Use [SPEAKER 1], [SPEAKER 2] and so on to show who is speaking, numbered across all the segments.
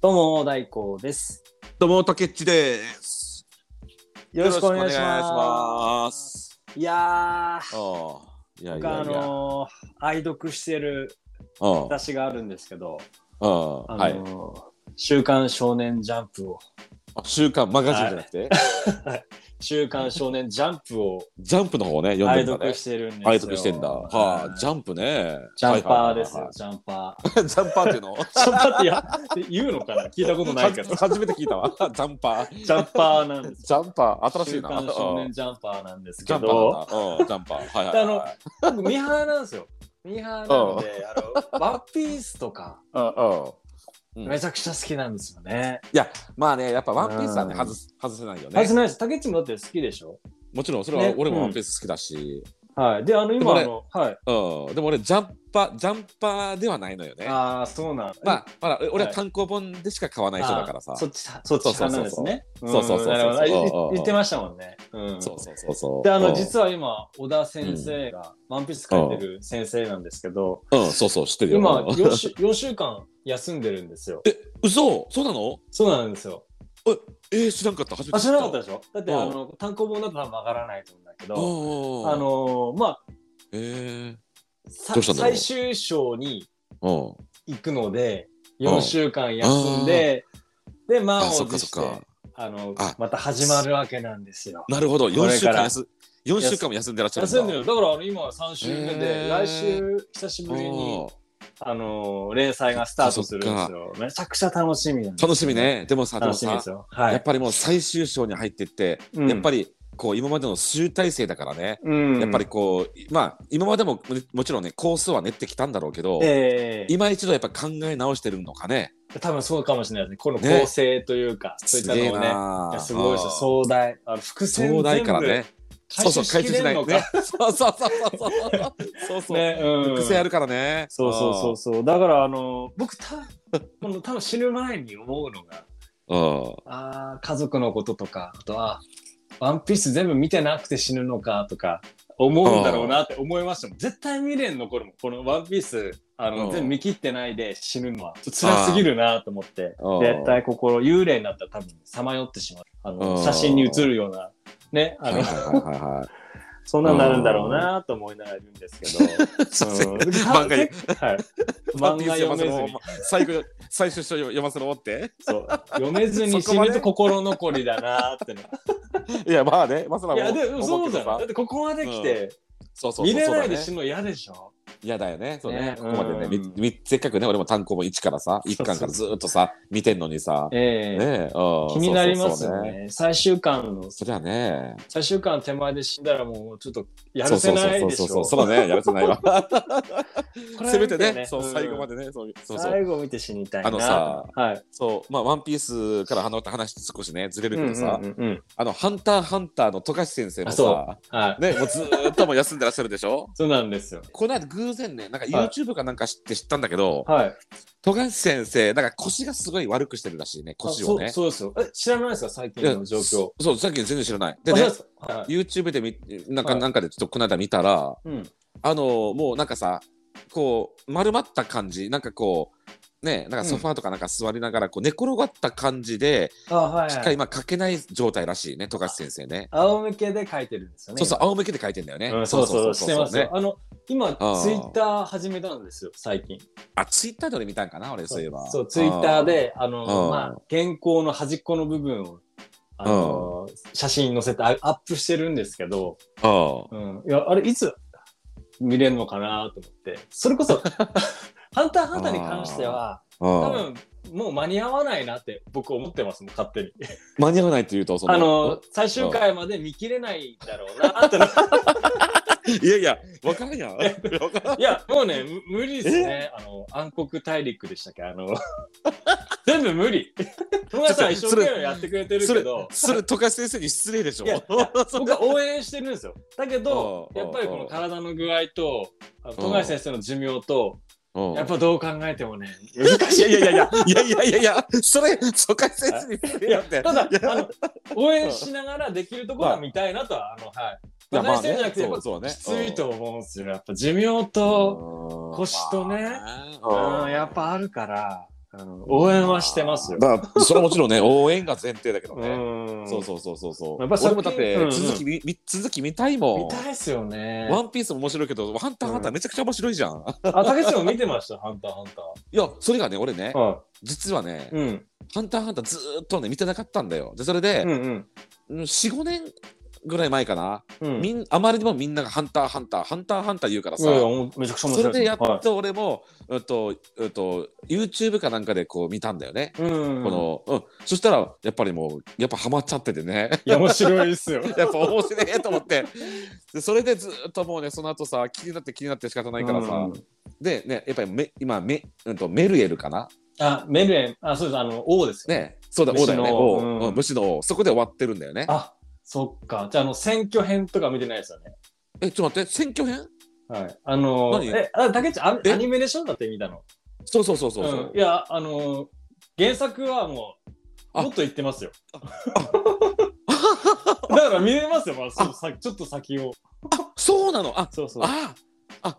[SPEAKER 1] どうも大光です。
[SPEAKER 2] どうも、竹っちです。
[SPEAKER 1] よろしくお願いし
[SPEAKER 2] よろくお願
[SPEAKER 1] ま。
[SPEAKER 2] いしますす。
[SPEAKER 1] いや
[SPEAKER 2] あ
[SPEAKER 1] ー、
[SPEAKER 2] あ、いやい
[SPEAKER 1] 僕あ
[SPEAKER 2] やいや。あ
[SPEAKER 1] のー愛読してる
[SPEAKER 2] あ、
[SPEAKER 1] 私があるんですけど、
[SPEAKER 2] ああ
[SPEAKER 1] あ
[SPEAKER 2] はい。
[SPEAKER 1] のー週刊少年ジャンプを
[SPEAKER 2] あ週刊マガジンじゃなくて、
[SPEAKER 1] 週刊少年ジャンプを
[SPEAKER 2] ジャンプの方ね、読んで
[SPEAKER 1] 愛
[SPEAKER 2] るんだ
[SPEAKER 1] 読
[SPEAKER 2] ね。
[SPEAKER 1] してるんですよ。
[SPEAKER 2] 愛読してんだ。はあ、ジ
[SPEAKER 1] ャン
[SPEAKER 2] ャンプね。
[SPEAKER 1] ジャンパーです
[SPEAKER 2] はい
[SPEAKER 1] よ
[SPEAKER 2] は、
[SPEAKER 1] ジャンパ
[SPEAKER 2] いはいはい ジャンパーっていうの
[SPEAKER 1] ー。ジャンパーってや言うのかな聞いたことないけど
[SPEAKER 2] は。初めて聞いたわ。ジ ャンパー。
[SPEAKER 1] ジャンパーなんです。
[SPEAKER 2] ジャンパー、新しい
[SPEAKER 1] 週
[SPEAKER 2] な。
[SPEAKER 1] 刊少
[SPEAKER 2] うん
[SPEAKER 1] 年ジャンパーなんです
[SPEAKER 2] ジ
[SPEAKER 1] け
[SPEAKER 2] ャンパ
[SPEAKER 1] ど。
[SPEAKER 2] ーなんだ。うんジャンパー。はいはいはい。
[SPEAKER 1] 僕ミーハーなんですよ。ミーハーなんで、あの、ワンピースとか、
[SPEAKER 2] うんうんうん
[SPEAKER 1] めちゃくちゃ好きなんですよね。
[SPEAKER 2] いや、まあね、やっぱワンピースはね、
[SPEAKER 1] うん
[SPEAKER 2] 外す外せないよ
[SPEAKER 1] 外
[SPEAKER 2] ね
[SPEAKER 1] せ。ないです。竹内もだって好きでしょ
[SPEAKER 2] もちろん、それは俺
[SPEAKER 1] ね
[SPEAKER 2] もワンピース好きだし。
[SPEAKER 1] はい。で、あの、
[SPEAKER 2] でも
[SPEAKER 1] 今、
[SPEAKER 2] ね
[SPEAKER 1] あの、はい。
[SPEAKER 2] うん、でも俺ジャンパジャンパーではないのよね。
[SPEAKER 1] ああ、そうなん
[SPEAKER 2] まあ、まだ俺は
[SPEAKER 1] はい
[SPEAKER 2] 単行本でしか買わない人だからさ。
[SPEAKER 1] あー
[SPEAKER 2] そ
[SPEAKER 1] そうっち、そっち派なんですね。
[SPEAKER 2] そうそうそうそうそうそうそ
[SPEAKER 1] うんな
[SPEAKER 2] うそう
[SPEAKER 1] るほど
[SPEAKER 2] うん
[SPEAKER 1] い言ってましたもんね。うん。
[SPEAKER 2] そうそうそう。
[SPEAKER 1] で、あ
[SPEAKER 2] う
[SPEAKER 1] の、
[SPEAKER 2] ん
[SPEAKER 1] 実は今、小田先生が、ワンピース書いてる先生なんですけど、
[SPEAKER 2] うん、そうそう、知ってるよ。
[SPEAKER 1] 今
[SPEAKER 2] うん
[SPEAKER 1] 4週、4週間休んでるんですよ。
[SPEAKER 2] 嘘そうなの
[SPEAKER 1] そうなんですよ。
[SPEAKER 2] えー、知らんかった。初め
[SPEAKER 1] あ、
[SPEAKER 2] て
[SPEAKER 1] 知らなかったでしょだって、
[SPEAKER 2] うん
[SPEAKER 1] あの、単行本だと多分わからないと思うんだけど、
[SPEAKER 2] うん
[SPEAKER 1] あ、のーまあ
[SPEAKER 2] え
[SPEAKER 1] さ
[SPEAKER 2] どうしたんだろう
[SPEAKER 1] 最終章に
[SPEAKER 2] ー、
[SPEAKER 1] 行くので4週間休んで、で
[SPEAKER 2] あ
[SPEAKER 1] 満
[SPEAKER 2] そ
[SPEAKER 1] を
[SPEAKER 2] っか
[SPEAKER 1] 持
[SPEAKER 2] そっ
[SPEAKER 1] して
[SPEAKER 2] か。
[SPEAKER 1] あの
[SPEAKER 2] あ
[SPEAKER 1] また始まるわけなんですよ。
[SPEAKER 2] なるほど、4週
[SPEAKER 1] これから
[SPEAKER 2] 間休四週間も休んでらっしゃるんだ。
[SPEAKER 1] 休んでるだからあの今は3週目で、
[SPEAKER 2] へー
[SPEAKER 1] 来週久しぶりにあの連載がスタートするんですよ。めちゃくちゃ楽しみなん
[SPEAKER 2] うん
[SPEAKER 1] ですよ
[SPEAKER 2] 楽しみね。でもさ、でも
[SPEAKER 1] 楽しみ
[SPEAKER 2] さ
[SPEAKER 1] です、よ。はい。
[SPEAKER 2] やっぱりもう最終章に入ってって、
[SPEAKER 1] うん
[SPEAKER 2] やっぱりこう今までの集大成だからね。
[SPEAKER 1] うん
[SPEAKER 2] やっぱりこう、まあ今までもねもちろんねコースは練ってきたんだろうけど、
[SPEAKER 1] ええ
[SPEAKER 2] 今一度やっぱ考え直してるのかね。
[SPEAKER 1] 多分そうかもしれないですね。この
[SPEAKER 2] ね
[SPEAKER 1] 構成というか、そういっ
[SPEAKER 2] す
[SPEAKER 1] た
[SPEAKER 2] げえ
[SPEAKER 1] のをね。
[SPEAKER 2] ない
[SPEAKER 1] やすごいですよ壮大。あの伏線
[SPEAKER 2] 壮
[SPEAKER 1] 全部
[SPEAKER 2] 大からね。そうそう
[SPEAKER 1] 回
[SPEAKER 2] 回
[SPEAKER 1] 収し
[SPEAKER 2] 収
[SPEAKER 1] き
[SPEAKER 2] しな
[SPEAKER 1] れん
[SPEAKER 2] い
[SPEAKER 1] のか。
[SPEAKER 2] ね。そうそうそうそうそう。そうそう。
[SPEAKER 1] ね、うん。
[SPEAKER 2] 癖あるからね。
[SPEAKER 1] そうそうそうそう。だからあの僕 たこの多分死ぬ前に思うのが、
[SPEAKER 2] うん。うん。
[SPEAKER 1] ああ家族のこととか、あとはワンピース全部見てなくて死ぬのかとか思うんだろうなって思いましたもん。絶対未練の頃もこのワンピースあの
[SPEAKER 2] うん
[SPEAKER 1] 全部見切ってないで死ぬのはちょっと辛すぎるなと思って
[SPEAKER 2] うん、
[SPEAKER 1] 絶対ここ幽霊になったら多分さまよってしまう。あの
[SPEAKER 2] うん
[SPEAKER 1] 写真に写るようなね、あ
[SPEAKER 2] はい
[SPEAKER 1] の
[SPEAKER 2] はいはいはいはい。
[SPEAKER 1] そんなんなるんだろうなと思いながらいるん ですけど。うん
[SPEAKER 2] 漫画に。
[SPEAKER 1] はい、
[SPEAKER 2] ワン
[SPEAKER 1] 漫
[SPEAKER 2] ピー
[SPEAKER 1] 画
[SPEAKER 2] ス
[SPEAKER 1] 読
[SPEAKER 2] 読ませ
[SPEAKER 1] め
[SPEAKER 2] ろ
[SPEAKER 1] ずに、
[SPEAKER 2] 最後最初読ませろって。
[SPEAKER 1] そう読めずに
[SPEAKER 2] そ
[SPEAKER 1] 死
[SPEAKER 2] こまで
[SPEAKER 1] ぬと心残りだなーってね。
[SPEAKER 2] いやまあね、 まさら
[SPEAKER 1] いやでもそうじゃない。だ
[SPEAKER 2] そ
[SPEAKER 1] ってここまで来て、
[SPEAKER 2] うそうそう。
[SPEAKER 1] 見れない
[SPEAKER 2] そうだね
[SPEAKER 1] で死ぬの嫌でしょ。
[SPEAKER 2] 嫌だよね。そう
[SPEAKER 1] ね
[SPEAKER 2] ね。ここまでね、み
[SPEAKER 1] うん
[SPEAKER 2] みせっかくね、俺も単行本1からさ、1巻からずーっとさ、見てんのにさ、ね
[SPEAKER 1] ええ
[SPEAKER 2] え、うん
[SPEAKER 1] 気になります
[SPEAKER 2] そうそう
[SPEAKER 1] よ
[SPEAKER 2] そう
[SPEAKER 1] ね。最終巻の
[SPEAKER 2] そりゃね、
[SPEAKER 1] 最終巻手前で死んだらもうちょっとやるせないでし
[SPEAKER 2] そうそうそ
[SPEAKER 1] ょ。
[SPEAKER 2] うそうそうだね、やるせない わ。
[SPEAKER 1] これは
[SPEAKER 2] せめ
[SPEAKER 1] 見
[SPEAKER 2] てね、そう
[SPEAKER 1] うん
[SPEAKER 2] 最後までね、そうそうそう
[SPEAKER 1] 最後見て死にたいな。
[SPEAKER 2] あのさ
[SPEAKER 1] はい。
[SPEAKER 2] そう、まあワンピースから離れた話少しね、ずれる
[SPEAKER 1] う
[SPEAKER 2] け
[SPEAKER 1] んう
[SPEAKER 2] どさ
[SPEAKER 1] ん、うんうん
[SPEAKER 2] あのハンターハンターの富樫先生も
[SPEAKER 1] あそ
[SPEAKER 2] さ、
[SPEAKER 1] はい。
[SPEAKER 2] ね、もうずーっともう休んでらっしゃるでしょ。
[SPEAKER 1] そうなんですよ。
[SPEAKER 2] この間偶然ね、なんか YouTube かなんか知って知ったんだけど、
[SPEAKER 1] はい。
[SPEAKER 2] 富樫先生、なんか腰がすごい悪くしてるらしいね、腰を
[SPEAKER 1] あ
[SPEAKER 2] ね。
[SPEAKER 1] そうそうですよ。え知らないですか最近の状況。
[SPEAKER 2] そう、さっき全然知らない。
[SPEAKER 1] あ
[SPEAKER 2] でね
[SPEAKER 1] そう、すかはい
[SPEAKER 2] YouTube でみなんか、
[SPEAKER 1] はい
[SPEAKER 2] なんかでちょっとこの間見たら、
[SPEAKER 1] うん。
[SPEAKER 2] あのもうなんかさ、こう丸まった感じ、なんかこう、ね、なんかソファーとかなんか座りながらこう寝転がった感じで、
[SPEAKER 1] あはい、
[SPEAKER 2] し
[SPEAKER 1] は
[SPEAKER 2] か
[SPEAKER 1] い。
[SPEAKER 2] 今書けない状態らしいね、富樫先生ね。
[SPEAKER 1] 仰向けで書いてるんですよね。
[SPEAKER 2] そうそう、
[SPEAKER 1] 今
[SPEAKER 2] 仰向けで書いてんだよね。
[SPEAKER 1] うんそうそう、してますよ
[SPEAKER 2] ね。。
[SPEAKER 1] あの、今、ツイッター始めたんですよ、最近。
[SPEAKER 2] あ、ツイッターで俺見たんかな、俺そういえば。
[SPEAKER 1] そう、ツイッター
[SPEAKER 2] あ
[SPEAKER 1] で、あの、
[SPEAKER 2] うん
[SPEAKER 1] まあ、原稿の端っこの部分を、あの、写真載せてあアップしてるんですけど、
[SPEAKER 2] ー。うん
[SPEAKER 1] うん。いや、あれ、いつ見れるのかなと思って。それこそ、 ハンターハンターに関しては、多
[SPEAKER 2] う
[SPEAKER 1] 分、
[SPEAKER 2] ん
[SPEAKER 1] もう間に合わないなって僕思ってますもん、勝手に。
[SPEAKER 2] 間に合わないって言うと、その
[SPEAKER 1] あの、最終回まで見切れないだろうなって。
[SPEAKER 2] いやいや、わからんやん。わからん
[SPEAKER 1] いや、もう ね、む無理ですね。あの、暗黒大陸でしたっけあの、 全部無 理。富樫さん一生懸命やってくれてる
[SPEAKER 2] そ
[SPEAKER 1] け
[SPEAKER 2] れ
[SPEAKER 1] ど、、
[SPEAKER 2] それ、富樫先生に失礼でしょ。
[SPEAKER 1] いやい や僕は応援してるんですよ。だけど、
[SPEAKER 2] うん
[SPEAKER 1] やっぱりこの体の具合と、あの富樫先生の寿命と、
[SPEAKER 2] うん
[SPEAKER 1] やっぱどう考えてもね、
[SPEAKER 2] 難しい。いやいやいや、いやいやいやいや、それ、疎開先生に失礼だって。
[SPEAKER 1] ただ、
[SPEAKER 2] いや
[SPEAKER 1] あの、応援しながらできるところは見たいなとは、あの、はい。
[SPEAKER 2] いや
[SPEAKER 1] ま
[SPEAKER 2] ま
[SPEAKER 1] あ、
[SPEAKER 2] あ
[SPEAKER 1] して
[SPEAKER 2] ね
[SPEAKER 1] るんじゃなくて、やっぱ
[SPEAKER 2] そうそうね
[SPEAKER 1] きついと思うんですよ。やっぱ寿命と、
[SPEAKER 2] うん
[SPEAKER 1] 腰とね
[SPEAKER 2] まあ
[SPEAKER 1] うん、やっぱあるから、あの応援はしてますよ。
[SPEAKER 2] まあ、それはもちろんね、応援が前提だけど
[SPEAKER 1] う
[SPEAKER 2] ね。
[SPEAKER 1] ん。
[SPEAKER 2] そうそうそうそうそう。
[SPEAKER 1] やっぱ
[SPEAKER 2] 俺
[SPEAKER 1] 作
[SPEAKER 2] もだ
[SPEAKER 1] 品
[SPEAKER 2] って
[SPEAKER 1] うんうん
[SPEAKER 2] 続き見、み続き見たいも
[SPEAKER 1] 見
[SPEAKER 2] ん。
[SPEAKER 1] たいっすよね。
[SPEAKER 2] ワンピースも面白いけど、ハンターハンターめちゃくちゃ面白いじゃん。
[SPEAKER 1] あ、たけしも見てました、ハンターハン
[SPEAKER 2] いや、それがね、俺ね
[SPEAKER 1] ター。、は
[SPEAKER 2] 実はね
[SPEAKER 1] い。、うん。
[SPEAKER 2] ハンターハンターずーっとね、見てなかったんだよ。で、それで
[SPEAKER 1] う、んうん。
[SPEAKER 2] うん4、5年ぐらい前かな、
[SPEAKER 1] うん。
[SPEAKER 2] みんあまりにもみんながハンターハンター、ハンターハンター言うから
[SPEAKER 1] い
[SPEAKER 2] さ
[SPEAKER 1] やい、やおもめちゃくちゃ面
[SPEAKER 2] そ
[SPEAKER 1] 白
[SPEAKER 2] れ
[SPEAKER 1] い
[SPEAKER 2] でや
[SPEAKER 1] すは
[SPEAKER 2] っと俺も、うんと、うんと、YouTube かなんかでこう見たんだよね。
[SPEAKER 1] いうん。
[SPEAKER 2] この、うん、そしたら、やっぱりもう、やっぱハマっちゃっててね。
[SPEAKER 1] いや、面白いっすよ。
[SPEAKER 2] やっぱ面白いと思ってでそれでずっともうねその後さ気になって気になって仕方ないからさ、
[SPEAKER 1] うん
[SPEAKER 2] でねやっぱりめ今め、うん、とメルエルかな
[SPEAKER 1] あ、メルエン、あ、そうです、あの、王ですよ。
[SPEAKER 2] ねそうだ王だよね
[SPEAKER 1] 虫の王
[SPEAKER 2] 王
[SPEAKER 1] うん
[SPEAKER 2] うん虫の王そこで終わってるんだよね
[SPEAKER 1] あ、そっか。じゃあ、あの、選挙編とか見てないですよね。
[SPEAKER 2] えちょっと待って選挙編
[SPEAKER 1] はい。あのー、
[SPEAKER 2] 何
[SPEAKER 1] え、あ、たけちゃん、
[SPEAKER 2] え
[SPEAKER 1] アアニメでしょだって見たの。
[SPEAKER 2] そうそうそうそうそう、
[SPEAKER 1] うんいや、あのー、原作はもう、
[SPEAKER 2] あ
[SPEAKER 1] もっと言ってますよ。 だから見れますよ、まあ、そうさちょっと先を。
[SPEAKER 2] そうなのあ
[SPEAKER 1] そうそう。
[SPEAKER 2] ああ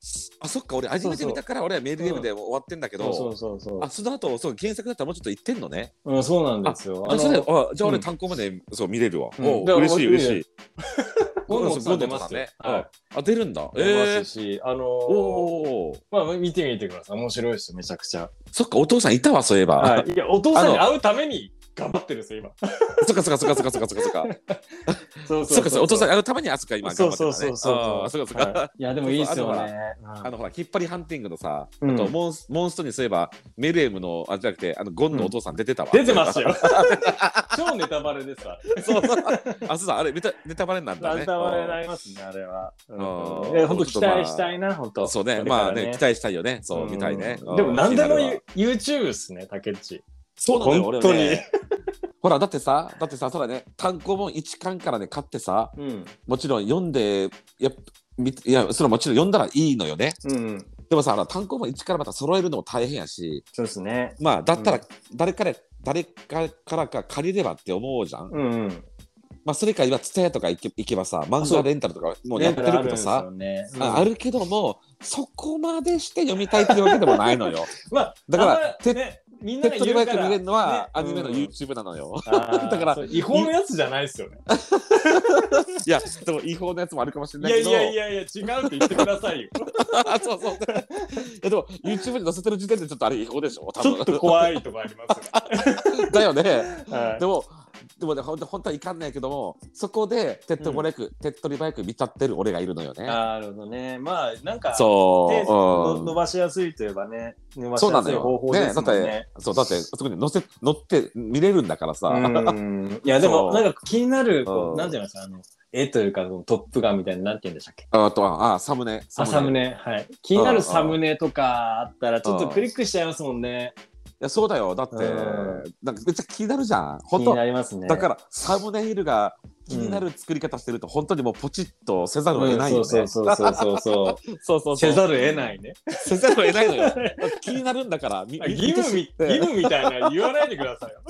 [SPEAKER 2] すあそっか俺初めて見たから俺はメルエルで終わってんだけど、
[SPEAKER 1] そうそうそう
[SPEAKER 2] あその後そう原作だったらもうちょっと言ってんのね
[SPEAKER 1] そう。うん、そうなんですよ。
[SPEAKER 2] あそれ
[SPEAKER 1] の
[SPEAKER 2] あじゃあ
[SPEAKER 1] う
[SPEAKER 2] 俺
[SPEAKER 1] ん
[SPEAKER 2] 単行まで、そう見れるわ、
[SPEAKER 1] うん
[SPEAKER 2] おう
[SPEAKER 1] で
[SPEAKER 2] 嬉し
[SPEAKER 1] 俺
[SPEAKER 2] い嬉しい
[SPEAKER 1] ゴンモツさん出
[SPEAKER 2] ゴン
[SPEAKER 1] ま
[SPEAKER 2] モツさ
[SPEAKER 1] す
[SPEAKER 2] ん
[SPEAKER 1] よ
[SPEAKER 2] ね。
[SPEAKER 1] はい。
[SPEAKER 2] あ出るんだえ
[SPEAKER 1] 出ま
[SPEAKER 2] ー
[SPEAKER 1] すし、あのー、
[SPEAKER 2] おお
[SPEAKER 1] まあ、見てみてください。面白いですよ、めちゃくちゃ。
[SPEAKER 2] そっかお父さんいたわそういえば、
[SPEAKER 1] はい。いや、お父さんに
[SPEAKER 2] あ
[SPEAKER 1] 会うために頑張ってるんですよ、今。
[SPEAKER 2] そっかそっかそっかそっかそっかそっかそっか
[SPEAKER 1] そう
[SPEAKER 2] そっかそっかお父さん
[SPEAKER 1] ん
[SPEAKER 2] に会うためにあそっか今
[SPEAKER 1] そ
[SPEAKER 2] 頑
[SPEAKER 1] う
[SPEAKER 2] 張って
[SPEAKER 1] そうそ
[SPEAKER 2] たね
[SPEAKER 1] うそう。
[SPEAKER 2] あーそっかそっか、
[SPEAKER 1] はいいや、でもいいっすよね。
[SPEAKER 2] あのほら引っ張りハンティングのさ、
[SPEAKER 1] うん
[SPEAKER 2] あとモンスモンストにそういえばメルエムのあじゃなくてあのゴンのお父さん出てたわ、
[SPEAKER 1] 出てましたよ。 超ネタバレですわ。
[SPEAKER 2] そう そうあそうだあれネタネタバレになんだね
[SPEAKER 1] ネタバレになりますね、あれは。
[SPEAKER 2] ん
[SPEAKER 1] いや、本当期待したいな、本
[SPEAKER 2] あー
[SPEAKER 1] 当。
[SPEAKER 2] そうね
[SPEAKER 1] これから
[SPEAKER 2] まあね期待したいよねそう、
[SPEAKER 1] うん
[SPEAKER 2] みたいね
[SPEAKER 1] でも何でも
[SPEAKER 2] 言
[SPEAKER 1] YouTube ですね、竹内。
[SPEAKER 2] そうなのよ
[SPEAKER 1] 本
[SPEAKER 2] 俺
[SPEAKER 1] 当に
[SPEAKER 2] はねほらだってさだってさそうだね単行本一巻からね買ってさ
[SPEAKER 1] うん。
[SPEAKER 2] もちろん読んでやっみいやそれはもちろん読んだらいいのよね
[SPEAKER 1] うん。
[SPEAKER 2] でもさあの単行本一からまた揃えるのも大変やし
[SPEAKER 1] そうですね。
[SPEAKER 2] まあだった
[SPEAKER 1] う
[SPEAKER 2] ら誰から、誰からか借りればって思うじゃん、
[SPEAKER 1] うん。
[SPEAKER 2] まあそれか今蔦屋とか行け行けばさ漫画レンタルとかもうやってるけどさある,、
[SPEAKER 1] ね
[SPEAKER 2] ああるけどもそこまでして読みたいってわけでもないのよ
[SPEAKER 1] まあ、
[SPEAKER 2] だから
[SPEAKER 1] あんま
[SPEAKER 2] 手
[SPEAKER 1] ね、みん
[SPEAKER 2] 手
[SPEAKER 1] な
[SPEAKER 2] っ
[SPEAKER 1] が
[SPEAKER 2] 取
[SPEAKER 1] 言
[SPEAKER 2] り
[SPEAKER 1] う
[SPEAKER 2] 早
[SPEAKER 1] か
[SPEAKER 2] く
[SPEAKER 1] ら
[SPEAKER 2] 見れるのは
[SPEAKER 1] ね
[SPEAKER 2] アニメの
[SPEAKER 1] うん
[SPEAKER 2] YouTube なのよ、
[SPEAKER 1] あー
[SPEAKER 2] だから
[SPEAKER 1] そう違法のやつじゃないですよね。
[SPEAKER 2] いやでも違法のやつもあるかもしれ
[SPEAKER 1] い
[SPEAKER 2] な
[SPEAKER 1] や
[SPEAKER 2] いけ
[SPEAKER 1] い
[SPEAKER 2] ど
[SPEAKER 1] やいやいや、違うって言ってくださいよ。
[SPEAKER 2] あそうそう。いやでも YouTube に載せてる時点でちょっとあれ違法でしょ。 多
[SPEAKER 1] ちょっ
[SPEAKER 2] 分
[SPEAKER 1] と 怖いとこありますよ。
[SPEAKER 2] だよ ね。
[SPEAKER 1] はい
[SPEAKER 2] でもでもねほんと本当はいかんないけどもそこで手っ取り早く、手っ取り早く見たってる俺がいるのよね。
[SPEAKER 1] なるほどね。まあ、なんか、手
[SPEAKER 2] そ
[SPEAKER 1] の伸
[SPEAKER 2] う。うん
[SPEAKER 1] ばしやすいといえばね、伸ばし
[SPEAKER 2] そうな
[SPEAKER 1] や
[SPEAKER 2] の
[SPEAKER 1] すい
[SPEAKER 2] よ。
[SPEAKER 1] 方法ですもんね。
[SPEAKER 2] ねだってそうだってそこに載せ乗って見れるんだからさ。
[SPEAKER 1] うんいや、でも、
[SPEAKER 2] そう
[SPEAKER 1] なんか気になる、こ
[SPEAKER 2] う
[SPEAKER 1] う、
[SPEAKER 2] ん
[SPEAKER 1] なんて言いますか、あの、絵というか、このトップガンみたいな、なんて言うんでしたっけ。
[SPEAKER 2] あとはあサムネ。
[SPEAKER 1] あサム。ネ、はい。気になるサムネとかあったら、ちょっとクリックしちゃいますもんね。
[SPEAKER 2] いやそうだよだって
[SPEAKER 1] うん
[SPEAKER 2] なんかめっちゃ気になるじゃん。
[SPEAKER 1] 気
[SPEAKER 2] 本
[SPEAKER 1] に
[SPEAKER 2] 当
[SPEAKER 1] なりますね。
[SPEAKER 2] だからサムネイルが気になる作り方してると本当にもうポチッとせざるを得ないよ
[SPEAKER 1] う
[SPEAKER 2] ね。
[SPEAKER 1] んそうそうそうそうそう。
[SPEAKER 2] そう そうそう
[SPEAKER 1] せざる得ないね。
[SPEAKER 2] せざるを得ないのよ。 気になるんだから、み
[SPEAKER 1] あ義 務み
[SPEAKER 2] 見て知って
[SPEAKER 1] 義務みたいな言わないでください よ。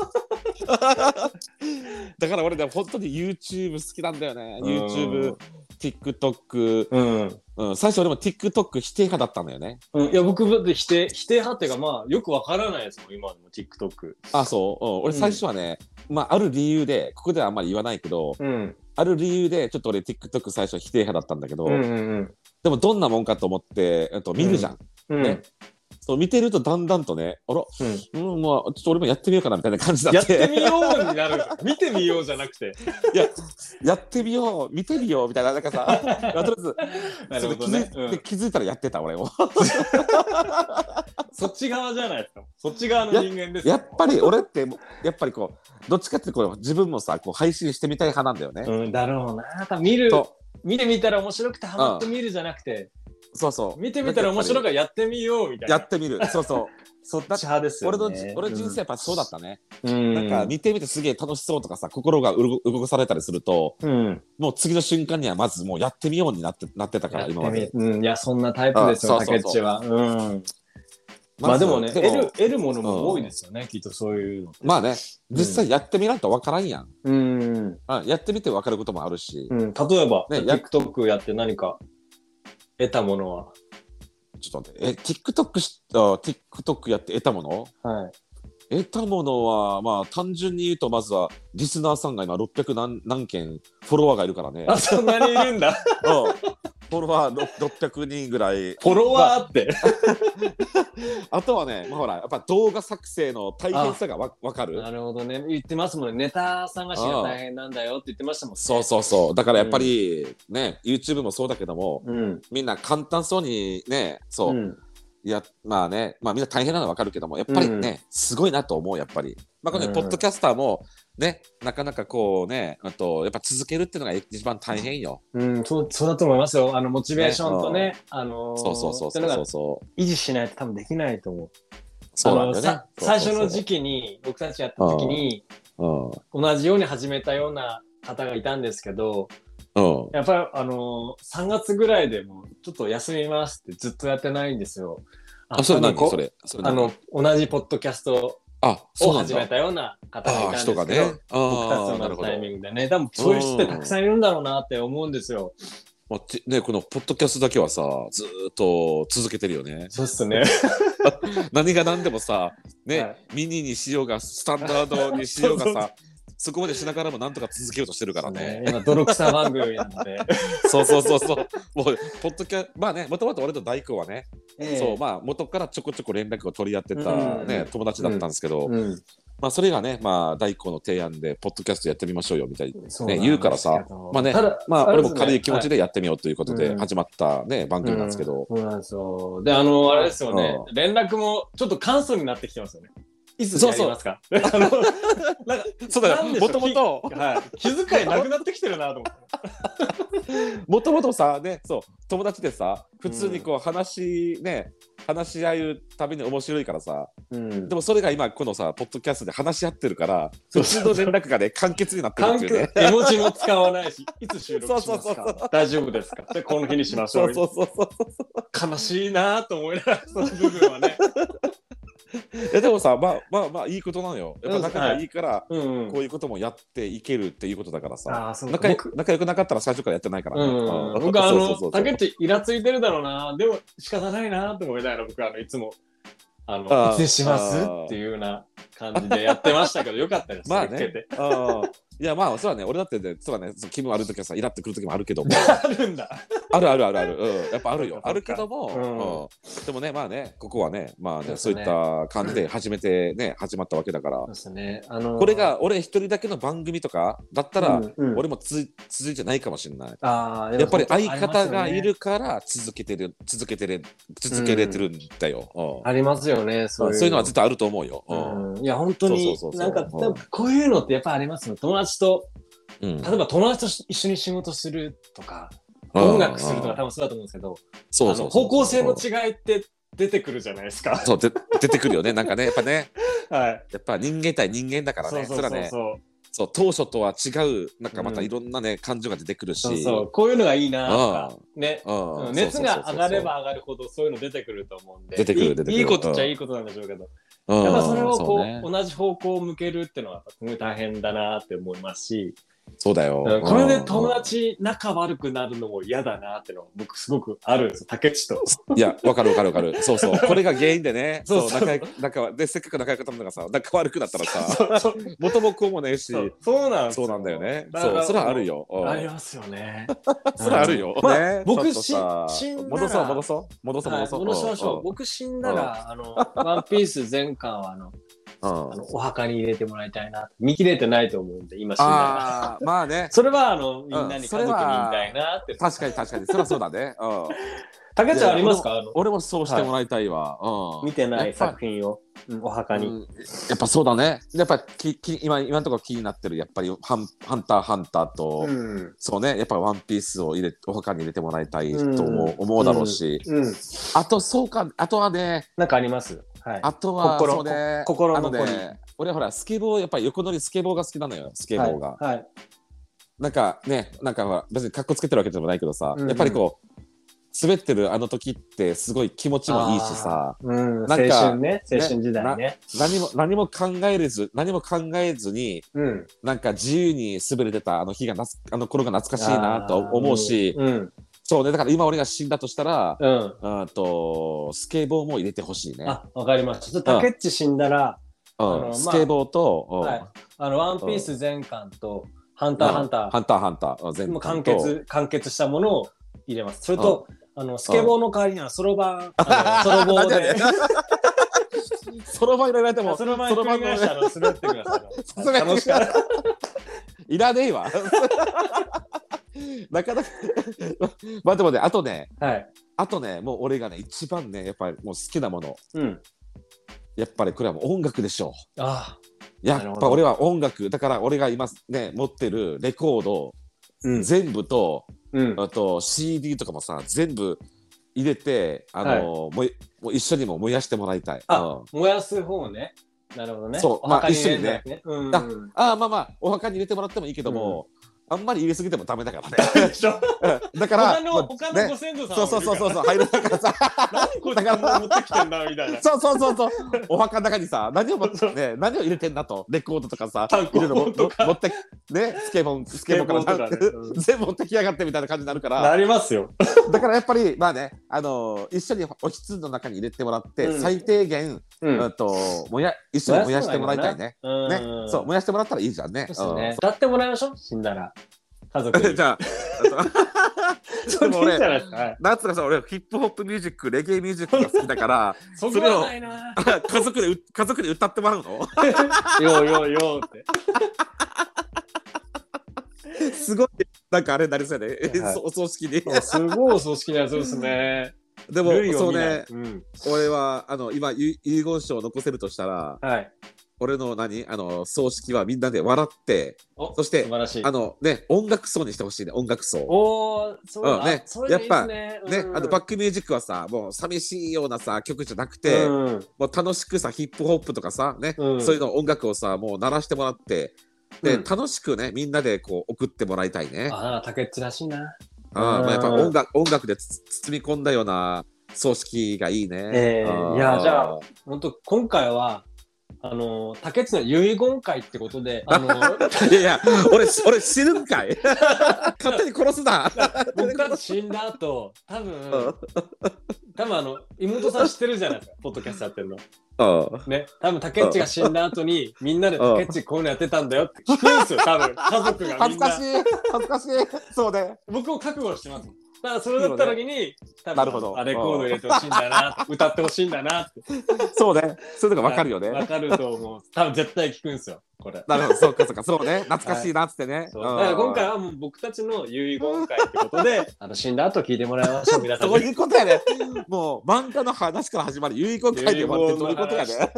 [SPEAKER 2] だから俺ね、本当に YouTube 好きなんだよね。
[SPEAKER 1] うん
[SPEAKER 2] YouTube、TikTok、
[SPEAKER 1] うん。
[SPEAKER 2] うん、最初俺も TikTok 否定派だったんだよね。
[SPEAKER 1] うん、いや僕だって否定否定派っていうかまあよくわからないですもん今でも TikTok。
[SPEAKER 2] あ、そう。うん、俺最初はね、まあ、ある理由で、ここではあんまり言わないけど、
[SPEAKER 1] うん。
[SPEAKER 2] ある理由で、ちょっと俺 TikTok 最初否定派だったんだけど、
[SPEAKER 1] うんうん
[SPEAKER 2] でもどんなもんかと思って、えっと、見るじゃん。
[SPEAKER 1] うん。
[SPEAKER 2] ねそう見てるとだんだんとね、あら、
[SPEAKER 1] うん
[SPEAKER 2] うん、まあ、ちょっと俺もやってみようかなみたいな感じに
[SPEAKER 1] や
[SPEAKER 2] な
[SPEAKER 1] っ
[SPEAKER 2] って
[SPEAKER 1] てみようにな る。見てみようじゃなくて。
[SPEAKER 2] いや、 やってみよう、見てみようみたいな、な んかさ、いやとりあえず、
[SPEAKER 1] なるほど
[SPEAKER 2] それ
[SPEAKER 1] ね
[SPEAKER 2] で。気
[SPEAKER 1] う
[SPEAKER 2] づいで
[SPEAKER 1] ん
[SPEAKER 2] 気づいたらやってた俺も
[SPEAKER 1] そっち側じゃないですか。そっち側の人間ですよ。
[SPEAKER 2] やっぱり俺ってやっぱりこうどっちかっていうとこう自分もさこう配信してみたい派なんだよね、
[SPEAKER 1] うん、だろうな。多分見る、
[SPEAKER 2] と
[SPEAKER 1] 見てみたら面白くてハマって見るじゃなくて、
[SPEAKER 2] そうそう
[SPEAKER 1] 見てみたら面白いからやってみようみたい
[SPEAKER 2] や
[SPEAKER 1] な。
[SPEAKER 2] っ、てみるそうそう
[SPEAKER 1] そっち 派ですよ
[SPEAKER 2] 俺
[SPEAKER 1] ね。
[SPEAKER 2] のじ俺の人生やっぱそうだったね、
[SPEAKER 1] うん、
[SPEAKER 2] なんか見てみてすげえ楽しそうとかさ心が動動かされたりすると
[SPEAKER 1] うん、
[SPEAKER 2] もう次の瞬間にはまずもうやってみようになってなってた
[SPEAKER 1] や
[SPEAKER 2] から
[SPEAKER 1] って
[SPEAKER 2] 今ま
[SPEAKER 1] み
[SPEAKER 2] で
[SPEAKER 1] うん、いや、そんなタイプですよ、
[SPEAKER 2] あ
[SPEAKER 1] 竹
[SPEAKER 2] そうそう
[SPEAKER 1] 内
[SPEAKER 2] そう
[SPEAKER 1] は。うん。まあ
[SPEAKER 2] ず
[SPEAKER 1] でもね、
[SPEAKER 2] で
[SPEAKER 1] 得る得るものも多いですよね、きっとそういうの。
[SPEAKER 2] まあね実際やってみないとわからんやん、
[SPEAKER 1] うん。
[SPEAKER 2] うん、やってみてわかることもあるし、
[SPEAKER 1] うん、例えば、
[SPEAKER 2] ねや
[SPEAKER 1] TikTok やって何か得たものは。
[SPEAKER 2] ちょっと待って。え、TikTok し、あ TikTok やって得たもの
[SPEAKER 1] はい。
[SPEAKER 2] 得たものは、まあ、単純に言うと、まずは、リスナーさんが今、600何何件、フォロワーがいるからね。
[SPEAKER 1] あ、そんなにいるん だ。
[SPEAKER 2] うんフォロワー6 600人ぐらい。
[SPEAKER 1] フォロワーって。
[SPEAKER 2] あとはね、まあ、ほら、やっぱ動画作成の大変さがわわかる
[SPEAKER 1] な。るほどね。言ってますもんね。ネタ探しが大変なんだよって言ってましたもんね。
[SPEAKER 2] そうそうそう。だからやっぱり、ね、YouTube もそうだけども、
[SPEAKER 1] う。うん。
[SPEAKER 2] みんな簡単そうにね、そ
[SPEAKER 1] う
[SPEAKER 2] う、
[SPEAKER 1] ん。
[SPEAKER 2] いや、まあね、まあみんな大変なのはわかるけども、やっぱりね、
[SPEAKER 1] うん
[SPEAKER 2] すごいなと思う、やっぱり。まあこのね
[SPEAKER 1] うん
[SPEAKER 2] ポッドキャスターも、ね、なかなかこうね、あと、やっぱ続けるっていうのが一番大変よ。
[SPEAKER 1] うん、そう、そうだと思いますよ。あの、モチベーションとね、あのー
[SPEAKER 2] そうそうそうそう
[SPEAKER 1] ってい
[SPEAKER 2] そ
[SPEAKER 1] の
[SPEAKER 2] う
[SPEAKER 1] が
[SPEAKER 2] そう。
[SPEAKER 1] 維持しないと多分できないと思う。
[SPEAKER 2] そうなんだ
[SPEAKER 1] あ
[SPEAKER 2] よ
[SPEAKER 1] の
[SPEAKER 2] ね
[SPEAKER 1] さ。最初の時
[SPEAKER 2] 期。
[SPEAKER 1] 期に、僕たちやった時に、
[SPEAKER 2] うん。
[SPEAKER 1] 同じように始めたような方がいたんですけど、
[SPEAKER 2] うん。
[SPEAKER 1] やっぱり、あのー、3月ぐらいでもう、ちょっと休みますってずっとやってないんですよ。
[SPEAKER 2] あ、それ何
[SPEAKER 1] こ
[SPEAKER 2] それ。それ
[SPEAKER 1] あ
[SPEAKER 2] 何
[SPEAKER 1] の、同じポッドキャスト
[SPEAKER 2] あ、
[SPEAKER 1] を
[SPEAKER 2] そうなん
[SPEAKER 1] 始め
[SPEAKER 2] だ。
[SPEAKER 1] たような方がいたん
[SPEAKER 2] ああ、
[SPEAKER 1] です
[SPEAKER 2] 人
[SPEAKER 1] けど、
[SPEAKER 2] が
[SPEAKER 1] 僕
[SPEAKER 2] ね。
[SPEAKER 1] たち
[SPEAKER 2] ああ、
[SPEAKER 1] と
[SPEAKER 2] な
[SPEAKER 1] 同じ
[SPEAKER 2] るほど
[SPEAKER 1] タイ。ミングでね、多分そういう人ってたくさんいるんだろうなって思うんですよ。
[SPEAKER 2] まあちね、このポッドキャストだけはさ、ずーっと続けてるよね。
[SPEAKER 1] そうっすね。
[SPEAKER 2] 何が何でもさ、ね、
[SPEAKER 1] はい
[SPEAKER 2] ミニにしようが、スタンダードにしようが
[SPEAKER 1] そうそう
[SPEAKER 2] さ、そこまでしながらもなんとか続けようとしてるからね。
[SPEAKER 1] 今、泥臭番組なん で。
[SPEAKER 2] そうそうそうそう。もう、ポッドキャまあね、もともと俺と大工はね、そう、まあ、元からちょこちょこ連絡を取り合ってた、
[SPEAKER 1] うん
[SPEAKER 2] ね、友達だったんですけど、
[SPEAKER 1] うん、
[SPEAKER 2] まあ、それがね、まあ、大工の提案で、ポッドキャストやってみましょうよ、みたいな。
[SPEAKER 1] そう
[SPEAKER 2] ね、
[SPEAKER 1] なんですけど
[SPEAKER 2] 言うからさ、まあね
[SPEAKER 1] ただ、
[SPEAKER 2] まあ、
[SPEAKER 1] れ
[SPEAKER 2] 俺
[SPEAKER 1] です
[SPEAKER 2] も
[SPEAKER 1] ね
[SPEAKER 2] 軽い気持ち
[SPEAKER 1] は
[SPEAKER 2] でやってみようということ
[SPEAKER 1] う
[SPEAKER 2] で
[SPEAKER 1] ん
[SPEAKER 2] 始まったね、番組なんですけど、
[SPEAKER 1] うんそうなんですよ。で、あの、あれですよね、
[SPEAKER 2] う
[SPEAKER 1] 連絡もちょっと簡素になってきてますよね。いつ
[SPEAKER 2] そう
[SPEAKER 1] や
[SPEAKER 2] そう
[SPEAKER 1] りますかあのなんか
[SPEAKER 2] そうだよ
[SPEAKER 1] なんでしょ
[SPEAKER 2] も
[SPEAKER 1] う
[SPEAKER 2] ともと
[SPEAKER 1] はい、気遣いなくなってきてるなと思って。
[SPEAKER 2] もともとさねそう友達でさ普通にこう話ね、話し合うたびに面白いからさ
[SPEAKER 1] うん
[SPEAKER 2] でもそれが今このさポッドキャストで話し合ってるから
[SPEAKER 1] そ
[SPEAKER 2] 普
[SPEAKER 1] う
[SPEAKER 2] 通の連絡がね簡潔になってるっ
[SPEAKER 1] 関
[SPEAKER 2] てい
[SPEAKER 1] 係
[SPEAKER 2] うね
[SPEAKER 1] 絵文字も使わ ないし、いつ収録し
[SPEAKER 2] そう
[SPEAKER 1] ます
[SPEAKER 2] そうそう
[SPEAKER 1] か大丈夫ですかで、この日にしまし
[SPEAKER 2] そ
[SPEAKER 1] ょ
[SPEAKER 2] う
[SPEAKER 1] う。
[SPEAKER 2] そうそうそう
[SPEAKER 1] 悲しいなと思いながら、その部分は ね。
[SPEAKER 2] いやでもさまあまあまあいいことなのよやっぱ仲がいいから、
[SPEAKER 1] うん
[SPEAKER 2] こういうこともやっていけるっていうことだから
[SPEAKER 1] あ
[SPEAKER 2] さ
[SPEAKER 1] ー、そう
[SPEAKER 2] 仲良く仲良くなかったら最初からやってないから、ね
[SPEAKER 1] うん、
[SPEAKER 2] うん
[SPEAKER 1] 僕はあ
[SPEAKER 2] そうそうそ
[SPEAKER 1] の、
[SPEAKER 2] うそう
[SPEAKER 1] 竹内イラついてるだろうな、でも仕方ないなと思いながら、僕はあのいつも、あの、
[SPEAKER 2] あー
[SPEAKER 1] いつにします
[SPEAKER 2] あー
[SPEAKER 1] っていうような感じでやってましたけど、よかったです。
[SPEAKER 2] まあ
[SPEAKER 1] それ聞け
[SPEAKER 2] ね
[SPEAKER 1] て。。
[SPEAKER 2] うんいやまあそうだね。俺だってね、そうだね。そう気分悪い時はさ、イラってくる時もあ るけども、
[SPEAKER 1] あるんだ。
[SPEAKER 2] あるあるあるある。うん、やっぱある
[SPEAKER 1] そ
[SPEAKER 2] よ
[SPEAKER 1] う。か
[SPEAKER 2] あるけども、
[SPEAKER 1] そうか
[SPEAKER 2] うんでもね、まあね、ここはね、まあね、そ
[SPEAKER 1] そうう
[SPEAKER 2] い
[SPEAKER 1] で
[SPEAKER 2] っ
[SPEAKER 1] すね
[SPEAKER 2] た感じで始めてね、始まったわけだから
[SPEAKER 1] そう。ですね。あのー
[SPEAKER 2] これ、が俺一人だけの番組とかだったら、
[SPEAKER 1] うんうん
[SPEAKER 2] 俺もつ続いてないかもしれない。
[SPEAKER 1] あー
[SPEAKER 2] やっぱり
[SPEAKER 1] でも
[SPEAKER 2] 相方がい
[SPEAKER 1] ありますよね
[SPEAKER 2] るから続けてる、続けてる、続けれてるんだよ。うん
[SPEAKER 1] ありますよね、そういう。
[SPEAKER 2] そういうのは絶対あると思うよ。うん
[SPEAKER 1] うん、いや本当に
[SPEAKER 2] そうそうそう
[SPEAKER 1] な
[SPEAKER 2] そ
[SPEAKER 1] ん
[SPEAKER 2] う
[SPEAKER 1] か多分こういうのってやっぱありますよ友達と
[SPEAKER 2] うん
[SPEAKER 1] 例えば友達と一緒に仕事するとか音楽するとか多分そうだと思うんですけど
[SPEAKER 2] そうそ
[SPEAKER 1] あ
[SPEAKER 2] う
[SPEAKER 1] の
[SPEAKER 2] そう
[SPEAKER 1] 方向性の違いって出てくるじゃないですか。
[SPEAKER 2] そうで出てくるよねなんかねやっぱね
[SPEAKER 1] はい。
[SPEAKER 2] やっぱ人間対人間だからねそ
[SPEAKER 1] そうそ
[SPEAKER 2] れ
[SPEAKER 1] う
[SPEAKER 2] は
[SPEAKER 1] そう
[SPEAKER 2] ね
[SPEAKER 1] そう。
[SPEAKER 2] そう当初とは違うなんかまた
[SPEAKER 1] うん
[SPEAKER 2] いろんなね、感情が出てくるし
[SPEAKER 1] そうそう。こういうのがいいなと
[SPEAKER 2] あ
[SPEAKER 1] か。ね。
[SPEAKER 2] あ
[SPEAKER 1] うん熱が上がれば上がるほどそういうの出てくると思うんで。
[SPEAKER 2] 出てくる出てくる
[SPEAKER 1] いいいいことっちゃいいことなんでしょうけど。
[SPEAKER 2] や
[SPEAKER 1] やっぱそれを
[SPEAKER 2] そう,、
[SPEAKER 1] こ
[SPEAKER 2] ね
[SPEAKER 1] う、同じ方向を向けるっていうのはすごい大変だなって思いますし、
[SPEAKER 2] そうだよ、
[SPEAKER 1] うんこれで友達仲悪くなるのも嫌だなっていうのは僕すごくあるんですよ。竹内 と。
[SPEAKER 2] うんいやわかるわかるわかるそ うそうこれが原因でね
[SPEAKER 1] そうそう
[SPEAKER 2] 仲良く仲はでせっかく仲良くなったのがさ仲悪くなったらさ
[SPEAKER 1] そうそう
[SPEAKER 2] 元も子もねえし
[SPEAKER 1] そう そうなんです
[SPEAKER 2] そうなんだよね
[SPEAKER 1] か
[SPEAKER 2] そう
[SPEAKER 1] ら
[SPEAKER 2] それはあるようん
[SPEAKER 1] ありますよね。
[SPEAKER 2] それはあるよ、
[SPEAKER 1] まあ
[SPEAKER 2] ね
[SPEAKER 1] 僕
[SPEAKER 2] ちょっとさ
[SPEAKER 1] し死んだら
[SPEAKER 2] 戻そう戻そう戻そう
[SPEAKER 1] はい
[SPEAKER 2] 戻そう
[SPEAKER 1] 戻しましょう。僕死んだら、あの、ワンピース全巻はあの、
[SPEAKER 2] うんうん
[SPEAKER 1] あのお墓に入れてもらいたいな。見切れてないと思うんで、今死んだら。
[SPEAKER 2] あーまあね
[SPEAKER 1] それは、あの、みんなに家
[SPEAKER 2] それ
[SPEAKER 1] 族に
[SPEAKER 2] は
[SPEAKER 1] 言いたいなって。
[SPEAKER 2] 確かに確かにそりゃそうだねうん
[SPEAKER 1] 竹ちゃんありますかあの
[SPEAKER 2] 俺もそうしてもらいたいわ、うん
[SPEAKER 1] 見てない
[SPEAKER 2] やっぱ
[SPEAKER 1] 作品を、うんお墓
[SPEAKER 2] う
[SPEAKER 1] に。
[SPEAKER 2] んやっぱそうだねやっぱきき今今のところ気になってるやっぱりハン「ハンターハンターと」
[SPEAKER 1] うん。
[SPEAKER 2] そうねやっぱ「ワンピースを入れお墓に入れてもらいたいと思う,、思うだろうし、
[SPEAKER 1] うん。
[SPEAKER 2] あとそうかあとはね
[SPEAKER 1] なんかありますはい。
[SPEAKER 2] あとは
[SPEAKER 1] 心
[SPEAKER 2] そうね
[SPEAKER 1] こ心
[SPEAKER 2] あの
[SPEAKER 1] 残り
[SPEAKER 2] ね俺ほらスケボーやっぱり横乗りスケボーが好きなのよスケボーが、
[SPEAKER 1] はいはい。
[SPEAKER 2] なんかねなんかほら別にかっこつけてるわけでもないけどさ、
[SPEAKER 1] うんうん
[SPEAKER 2] やっぱりこう滑ってるあの時ってすごい気持ちもいいしさ
[SPEAKER 1] うん。青
[SPEAKER 2] なんか
[SPEAKER 1] 春ね。青春時代ね。
[SPEAKER 2] 何も何も考えず何も考えずに
[SPEAKER 1] うん。
[SPEAKER 2] なんか自由に滑れてたあの日がなつあの頃が懐かしいなと思うし、
[SPEAKER 1] うん。
[SPEAKER 2] そうねだから今俺が死んだとしたら
[SPEAKER 1] うん。
[SPEAKER 2] あとスケボーも入れてほしいね
[SPEAKER 1] あ、わかりました。ちょっと竹内死んだら、
[SPEAKER 2] うん
[SPEAKER 1] あのまあ
[SPEAKER 2] スケボーと、うん
[SPEAKER 1] はい。あの、ワンピース全巻と、ハンターハンタ
[SPEAKER 2] ハンターハンターうん
[SPEAKER 1] ー、
[SPEAKER 2] 全部
[SPEAKER 1] もう完結、完結したものを入れます。それと、あの、スケボーの代わりには、そろばん、あ のそろぼうで、
[SPEAKER 2] そろばん入れられても
[SPEAKER 1] そろばんひっくり返したら、滑ってくださ
[SPEAKER 2] さすが
[SPEAKER 1] い。
[SPEAKER 2] に
[SPEAKER 1] 楽しかった。
[SPEAKER 2] いらねえわ なか なか待って待ってあとね
[SPEAKER 1] はい。
[SPEAKER 2] あとねもう俺がね一番ねやっぱりもう好きなもの
[SPEAKER 1] うん。
[SPEAKER 2] やっぱりこれはもう音楽でしょ
[SPEAKER 1] あ
[SPEAKER 2] うや
[SPEAKER 1] なる
[SPEAKER 2] っ
[SPEAKER 1] ほ
[SPEAKER 2] ぱ
[SPEAKER 1] ど
[SPEAKER 2] 俺は音楽だから俺が今ね持ってるレコード
[SPEAKER 1] うん。
[SPEAKER 2] 全部と、
[SPEAKER 1] うん。
[SPEAKER 2] あと CD とかもさ全部入れてあの、もうもう一緒にも燃やしてもらいたい
[SPEAKER 1] あ
[SPEAKER 2] うん
[SPEAKER 1] 燃やす方ね。なるほどね。
[SPEAKER 2] そう
[SPEAKER 1] お
[SPEAKER 2] まあ
[SPEAKER 1] 墓入れるんだよ。うん。
[SPEAKER 2] あああまあまあお墓に入れてもらってもいいけども、あんまり入れすぎてもダメだからね
[SPEAKER 1] でしょ
[SPEAKER 2] だから
[SPEAKER 1] 他の、他のご
[SPEAKER 2] ね、
[SPEAKER 1] 先祖さん
[SPEAKER 2] そうそうそうそうそう入るだからさ
[SPEAKER 1] 何こいつこんな持ってきてんだみたいな。
[SPEAKER 2] そうそうそうそうお墓の中にさ何を持って
[SPEAKER 1] そう
[SPEAKER 2] ね何を入れてんだとレコードとかさ
[SPEAKER 1] 単行
[SPEAKER 2] いろいろ
[SPEAKER 1] 本とか
[SPEAKER 2] も持ってねスケボンスケボンから
[SPEAKER 1] スケボンとかねうん
[SPEAKER 2] 全部持ってきやがってみたいな感じになるから
[SPEAKER 1] なりますよ。
[SPEAKER 2] だからやっぱりまあねあのー一緒におひつの中に入れてもらって、
[SPEAKER 1] うん
[SPEAKER 2] 最低限、
[SPEAKER 1] う
[SPEAKER 2] うん、ともや一緒に燃やしてもらいたいね。
[SPEAKER 1] うん
[SPEAKER 2] ね、そう燃やしてもらったらいいじゃん
[SPEAKER 1] そ
[SPEAKER 2] ね。
[SPEAKER 1] うっすよね。歌ってもらいましょう、死んだら。家 族
[SPEAKER 2] うん
[SPEAKER 1] に。
[SPEAKER 2] じゃああと
[SPEAKER 1] そ
[SPEAKER 2] で
[SPEAKER 1] れでい
[SPEAKER 2] も
[SPEAKER 1] いんじゃ
[SPEAKER 2] 俺
[SPEAKER 1] ないですか。はい
[SPEAKER 2] なんつうかさ俺ヒップホップミュージックレゲエミュージックが好きだから
[SPEAKER 1] そこはないな。
[SPEAKER 2] 家族でう家族で歌ってもらうの
[SPEAKER 1] ようようようって。
[SPEAKER 2] すごいなんかあれになりそうやね、
[SPEAKER 1] はい
[SPEAKER 2] お葬式に
[SPEAKER 1] そうすごいお葬式なやつですね。で
[SPEAKER 2] でもそうね
[SPEAKER 1] うん。
[SPEAKER 2] 俺はあの今遺遺言書を残せるとしたら
[SPEAKER 1] はい。
[SPEAKER 2] 俺の何あの葬式はみんなで笑って
[SPEAKER 1] お
[SPEAKER 2] そして
[SPEAKER 1] 素晴らしい
[SPEAKER 2] あ。のね、音楽層にしてほしいね、音楽層。
[SPEAKER 1] おお、そう
[SPEAKER 2] うん
[SPEAKER 1] だ
[SPEAKER 2] ね
[SPEAKER 1] それがいいっすね。
[SPEAKER 2] ね、あとバッ
[SPEAKER 1] ク
[SPEAKER 2] クミュージックはさ、もう寂しいようなさ、曲じゃなくて、もう楽しくさ、ヒップホップとかさ、ね、
[SPEAKER 1] うん
[SPEAKER 2] そういうの音楽をさ、もう鳴らしてもらって、で、
[SPEAKER 1] うん
[SPEAKER 2] 楽しくね、みんなでこう送ってもらいたいね。
[SPEAKER 1] ああ、竹内らしいな。
[SPEAKER 2] ああ
[SPEAKER 1] うん
[SPEAKER 2] まあ、やっぱ音楽音楽でつ包み込んだような葬式がいいね。
[SPEAKER 1] ええ
[SPEAKER 2] うん
[SPEAKER 1] いやじゃあ、本当今回は、あの、竹内の遺言会ってことで、 あの、
[SPEAKER 2] いやいや、俺、俺死ぬんかい 勝手に殺すな。
[SPEAKER 1] 僕たち死んだ後、多分、
[SPEAKER 2] うん
[SPEAKER 1] 多分あの妹さん知ってるじゃないですか、ポッドキャストやってるの。
[SPEAKER 2] うん
[SPEAKER 1] ね、多分竹内が死んだ後に、みんなで竹内こういうのやってたんだよって聞くんですよ、多分家族がみ
[SPEAKER 2] 恥ず
[SPEAKER 1] ん
[SPEAKER 2] かし
[SPEAKER 1] な。
[SPEAKER 2] い、恥ずかしい。そうね。
[SPEAKER 1] 僕も覚悟してます。だからそれだった時に、多分
[SPEAKER 2] なるほど
[SPEAKER 1] あレコード入れてほしいんだな、歌ってほしいんだなって。
[SPEAKER 2] そうね。そういうのがわかるよね。
[SPEAKER 1] わかると思う。多分絶対聞くんですよ、これ。
[SPEAKER 2] なるほど、そうかそうか、そうね、懐かしいなっつってね。
[SPEAKER 1] そうだから今回はもう僕たちの遺言会ってこと で、あの死んだ後聞いてもらいましょう、皆さん
[SPEAKER 2] そ
[SPEAKER 1] に。
[SPEAKER 2] ういうことやね。もう漫画の話から始まり、遺言書いてもらって
[SPEAKER 1] 遺言
[SPEAKER 2] ど
[SPEAKER 1] の
[SPEAKER 2] ういうことや
[SPEAKER 1] 話
[SPEAKER 2] ね。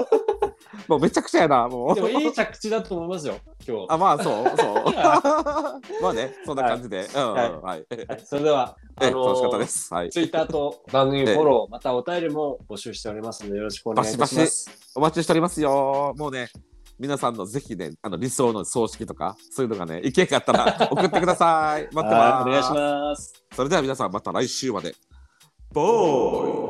[SPEAKER 2] もうめちゃくちゃやな、も
[SPEAKER 1] で
[SPEAKER 2] う。
[SPEAKER 1] もいい着地だと思いますよ、今日。
[SPEAKER 2] あ、まあ、そう、 そう。まあね、そんな感じで。うん、
[SPEAKER 1] はい
[SPEAKER 2] はい。え、
[SPEAKER 1] はいそれでは、あのー
[SPEAKER 2] 楽しかったです。はい。
[SPEAKER 1] ツイッターと番組フォロー、またお便りも募集しておりますので、よろしくお願いいたしま
[SPEAKER 2] バ
[SPEAKER 1] す。
[SPEAKER 2] お待ちしておりますよ。もうね。皆さんのぜひね、あの理想の葬式とか、そういうのがね、意見があっ たら送ってください。待って
[SPEAKER 1] は
[SPEAKER 2] ま
[SPEAKER 1] い
[SPEAKER 2] す。
[SPEAKER 1] お願いします。
[SPEAKER 2] それでは皆さんまた来週まで。ボーイ